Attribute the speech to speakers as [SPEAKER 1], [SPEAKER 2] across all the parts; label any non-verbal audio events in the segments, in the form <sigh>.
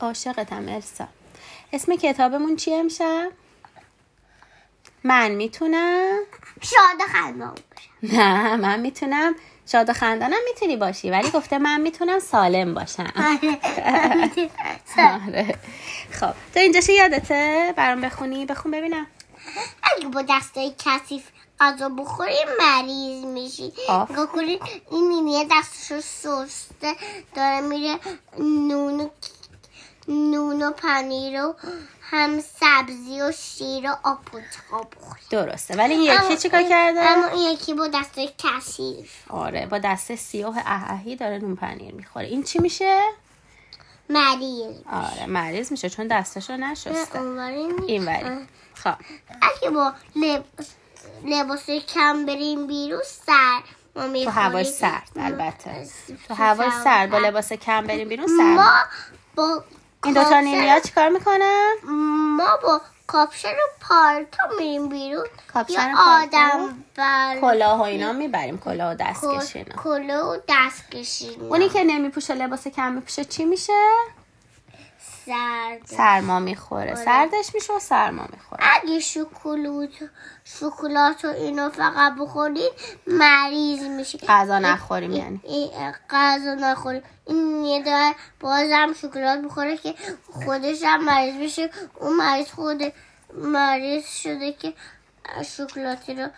[SPEAKER 1] عاشقتم السا اسم کتابمون چیه امشب؟ من میتونم
[SPEAKER 2] شاد و خندان
[SPEAKER 1] <laughs>
[SPEAKER 2] باشم
[SPEAKER 1] نه من میتونم شاد و خندانم میتونی باشی ولی گفته من میتونم سالم باشم آره خب تو اینجاش یادته برام بخونی بخون ببینم
[SPEAKER 2] اگه با دستای کثیف غذا بخوری مریض میشی
[SPEAKER 1] آف.
[SPEAKER 2] نگاه کنی این نیمیه دستشو سسته داره میره نون و نون و پنیر و هم سبزی و شیر و آب و چا بخوری
[SPEAKER 1] درسته ولی این یکی چیکار کرده
[SPEAKER 2] اما این یکی با دستای کثیف
[SPEAKER 1] آره با دست سیاه اههی داره نون پنیر میخوره این چی میشه
[SPEAKER 2] مریض
[SPEAKER 1] آره مریض میشه چون دستشو نشسته
[SPEAKER 2] اونوری نیست.
[SPEAKER 1] این
[SPEAKER 2] آه.
[SPEAKER 1] وری خب
[SPEAKER 2] اگه با لباس, لباس کم بریم بیرون سر ما
[SPEAKER 1] تو
[SPEAKER 2] می‌خوریم.
[SPEAKER 1] هوای سرد البته تو
[SPEAKER 2] تو
[SPEAKER 1] هوای
[SPEAKER 2] هوای
[SPEAKER 1] سرد با
[SPEAKER 2] سرد.
[SPEAKER 1] لباس کم بریم بیرون
[SPEAKER 2] ما
[SPEAKER 1] سرد
[SPEAKER 2] با
[SPEAKER 1] این دوتا
[SPEAKER 2] کاپشن-
[SPEAKER 1] نیمیا چیکار میکنن
[SPEAKER 2] ما با کاپشن و پالتا میریم بیرون
[SPEAKER 1] کاپشن
[SPEAKER 2] یا
[SPEAKER 1] و پالتو؟
[SPEAKER 2] آدم بر
[SPEAKER 1] کلاه و اینا میبریم کلاه و
[SPEAKER 2] کل-
[SPEAKER 1] دستکش اینا
[SPEAKER 2] کلاه و دست کشینا
[SPEAKER 1] اونی که نمیپوشه لباس کم میپوشه چی میشه
[SPEAKER 2] سرد
[SPEAKER 1] سرما میخوره سردش میشه و سرما میخوره
[SPEAKER 2] اگه شکلات شکلات و اینو فقط بخورید مریض میشی
[SPEAKER 1] غذا نخوریم یعنی
[SPEAKER 2] این غذا نخوریم این یه داره بازم شکلات بخوره که خودش هم مریض میشه اون مریض خود مریض شده که شکلاتی رو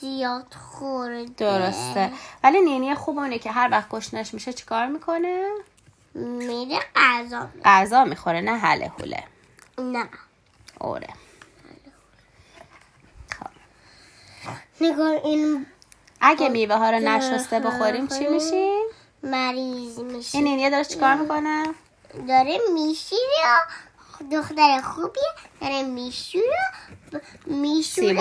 [SPEAKER 2] زیاد خورده
[SPEAKER 1] درسته ولی نینی خوب اونه که هر وقت گشنش میشه چیکار میکنه
[SPEAKER 2] میره غذا می-
[SPEAKER 1] غذا میخوره نه حله حوله
[SPEAKER 2] نه
[SPEAKER 1] اوره خب.
[SPEAKER 2] نگاه این
[SPEAKER 1] اگه میوه ها رو نشسته بخوریم چی میشیم
[SPEAKER 2] مریض میشه
[SPEAKER 1] این نینیه داره چیکار میکنه
[SPEAKER 2] داره میشوره دختر خوبیه داره میشوره ب-
[SPEAKER 1] سیبا.
[SPEAKER 2] میشوره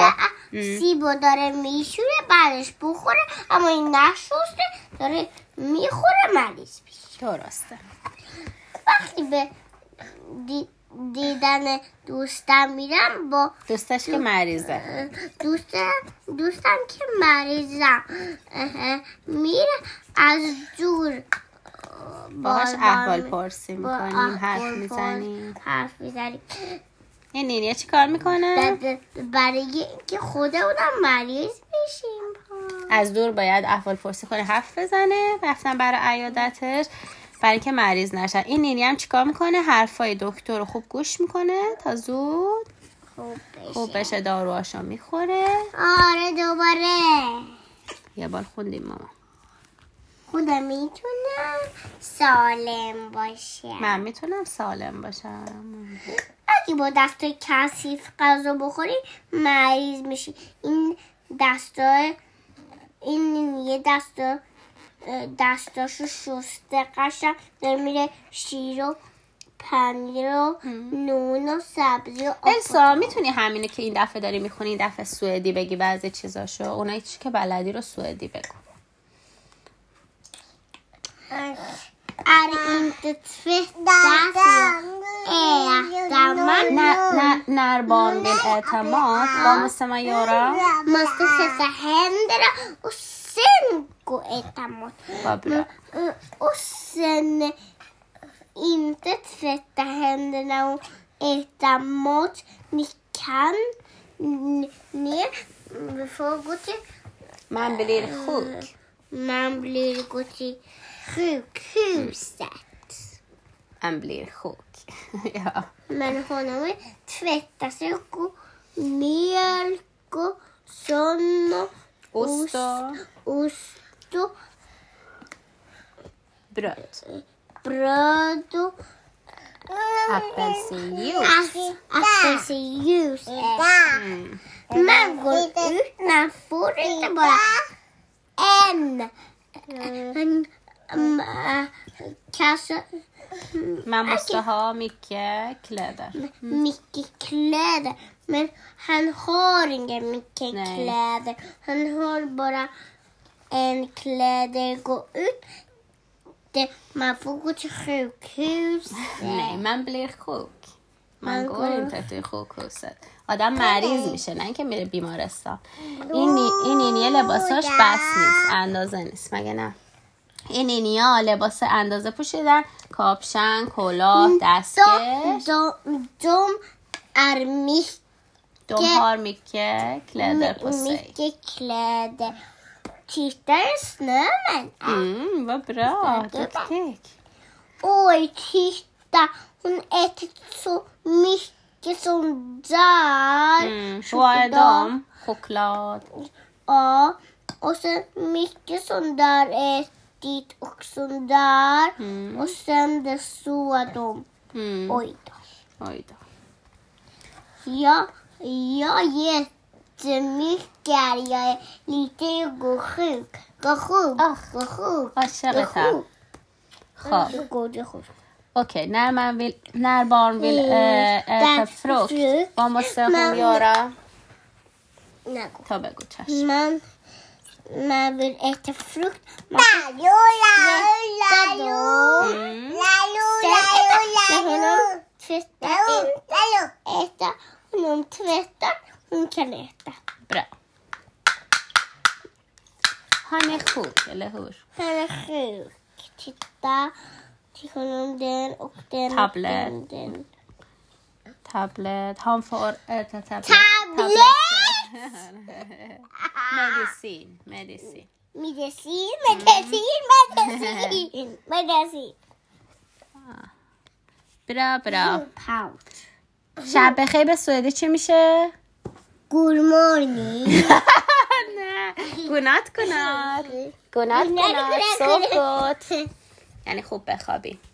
[SPEAKER 1] ام.
[SPEAKER 2] سیبو داره میشوره بعدش بخوره اما این نشسته داره میخوره مریض میشه
[SPEAKER 1] درسته
[SPEAKER 2] وقتی به دی- دیدن دوستم میرم با
[SPEAKER 1] دوستش که مریضه
[SPEAKER 2] دوستم دوستم که مریضم اه، میره از دور
[SPEAKER 1] باهاش
[SPEAKER 2] بال- بال
[SPEAKER 1] احوال
[SPEAKER 2] می-
[SPEAKER 1] پرسی
[SPEAKER 2] با
[SPEAKER 1] میکنیم حرف
[SPEAKER 2] احوال
[SPEAKER 1] میزنیم
[SPEAKER 2] پرس حرف میزنیم
[SPEAKER 1] این نینیه چیکار میکنه
[SPEAKER 2] برای اینکه خودمونم مریض بشیم
[SPEAKER 1] از دور باید احوال پرسی کنه حرف بزنه رفتن برای عیادتش برای اینکه مریض نشه این نینی هم چیکار میکنه حرفای دکتر رو خوب گوش میکنه تا زود
[SPEAKER 2] خوب بشیم
[SPEAKER 1] خوب بشه داروهاشو میخوره
[SPEAKER 2] خب، آره دوباره
[SPEAKER 1] یه بار خوندیم ماما
[SPEAKER 2] خودم میتونم سالم باشم
[SPEAKER 1] من میتونم سالم باشم
[SPEAKER 2] اگه با دست کثیف غذا بخوری مریض میشی این دستا این یه دستا دستاشو شسته قشنگ داره میره شیر و پنیر و نون و سبزی و آب
[SPEAKER 1] السا میتونی همینه که این دفعه داری میخونی این دفعه سوئدی بگی بعضی چیزاشو اونایی چی که بلدی رو سوئدی بگو
[SPEAKER 2] är inte tvättat äta man
[SPEAKER 1] نه نه نربان بالاعتماد با مثل من یارا
[SPEAKER 2] måste tvätta händerna och sen gå och äta mat.
[SPEAKER 1] با برا.
[SPEAKER 2] Eh, Och sen inte tvätta händerna och äta mat. Ni kan, ni, ni får gå till,
[SPEAKER 1] من بlir sjuk
[SPEAKER 2] man blir gå till sjukhuset.
[SPEAKER 1] من blir sjuk <laughs> ja.
[SPEAKER 2] Men honom vill tvätta sig och gå mjölk och sån och
[SPEAKER 1] Ost och
[SPEAKER 2] ost och
[SPEAKER 1] bröd
[SPEAKER 2] bröd och
[SPEAKER 1] Apelsinjuice
[SPEAKER 2] app- apelsinjuice.
[SPEAKER 1] mm.
[SPEAKER 2] Man går ut, man får inte bara en. Men mm, äh, kanske
[SPEAKER 1] Man måste ha mycket kläder
[SPEAKER 2] mycket kläder. Men han har inga mycket
[SPEAKER 1] Nej.
[SPEAKER 2] kläder. Han har bara en kläder. Gå ut. Det, man får gå till sjukhus.
[SPEAKER 1] Nej, man blir sjuk Man
[SPEAKER 2] من
[SPEAKER 1] går
[SPEAKER 2] går-
[SPEAKER 1] inte till sjukhuset آدم مریض میشه نه اینکه میره بیمارستان این نی- این نینی لباساش بس نیست اندازه نیست مگه نه این اینیا لباس اندازه پوشیدن کاپشن کلاه دستکش
[SPEAKER 2] دوم دوم är mycket,
[SPEAKER 1] دم har mycket kläder på sig.
[SPEAKER 2] mycket kläder. Titta, en snöman.
[SPEAKER 1] Mm, vad bra,
[SPEAKER 2] Snyggt.
[SPEAKER 1] duktig.
[SPEAKER 2] Oj, titta. Hon ätit så mycket som där.
[SPEAKER 1] Mm. Vad är de? Choklad.
[SPEAKER 2] Ja, och sen mycket sån där ätit och sån där.
[SPEAKER 1] Mm.
[SPEAKER 2] Och sen det så de.
[SPEAKER 1] Mm.
[SPEAKER 2] Oj då.
[SPEAKER 1] Oj då.
[SPEAKER 2] Ja, jag är jättemycket arg. Jag är lite gåsjuk. Gåsjuk.
[SPEAKER 1] Ach,
[SPEAKER 2] Gåsjuk.
[SPEAKER 1] عاشقتم. خب
[SPEAKER 2] Gåsjuk.
[SPEAKER 1] Okej, när, man vill, när barn vill eh,
[SPEAKER 2] Mm,
[SPEAKER 1] äta
[SPEAKER 2] där-
[SPEAKER 1] frukt,
[SPEAKER 2] frukt.
[SPEAKER 1] vad måste hon
[SPEAKER 2] Man-
[SPEAKER 1] göra?
[SPEAKER 2] Nej,
[SPEAKER 1] Ta begotars.
[SPEAKER 2] Man, man vill äta frukt. Man tvätta dem.
[SPEAKER 1] Mm.
[SPEAKER 2] Sen äta. När honom tvättar, äta. Honom tvättar, hon kan äta.
[SPEAKER 1] Bra. Han är sjuk, eller hur?
[SPEAKER 2] Han är sjuk. Titta. Till honom den och den.
[SPEAKER 1] Tablet.
[SPEAKER 2] Och den, den.
[SPEAKER 1] Tablet. Han får äta tablet. <laughs> Medicin. Medicin.
[SPEAKER 2] Medicin, medicin, <laughs> medicin. Medicin.
[SPEAKER 1] Bra, bra.
[SPEAKER 2] Paus.
[SPEAKER 1] شب بخیر به سوئدی چی میشه؟
[SPEAKER 2] God morgon.
[SPEAKER 1] نه گنات گنات گنات گنات
[SPEAKER 2] گنات، گنات.
[SPEAKER 1] صبح گوت. یعنی خوب بخوابی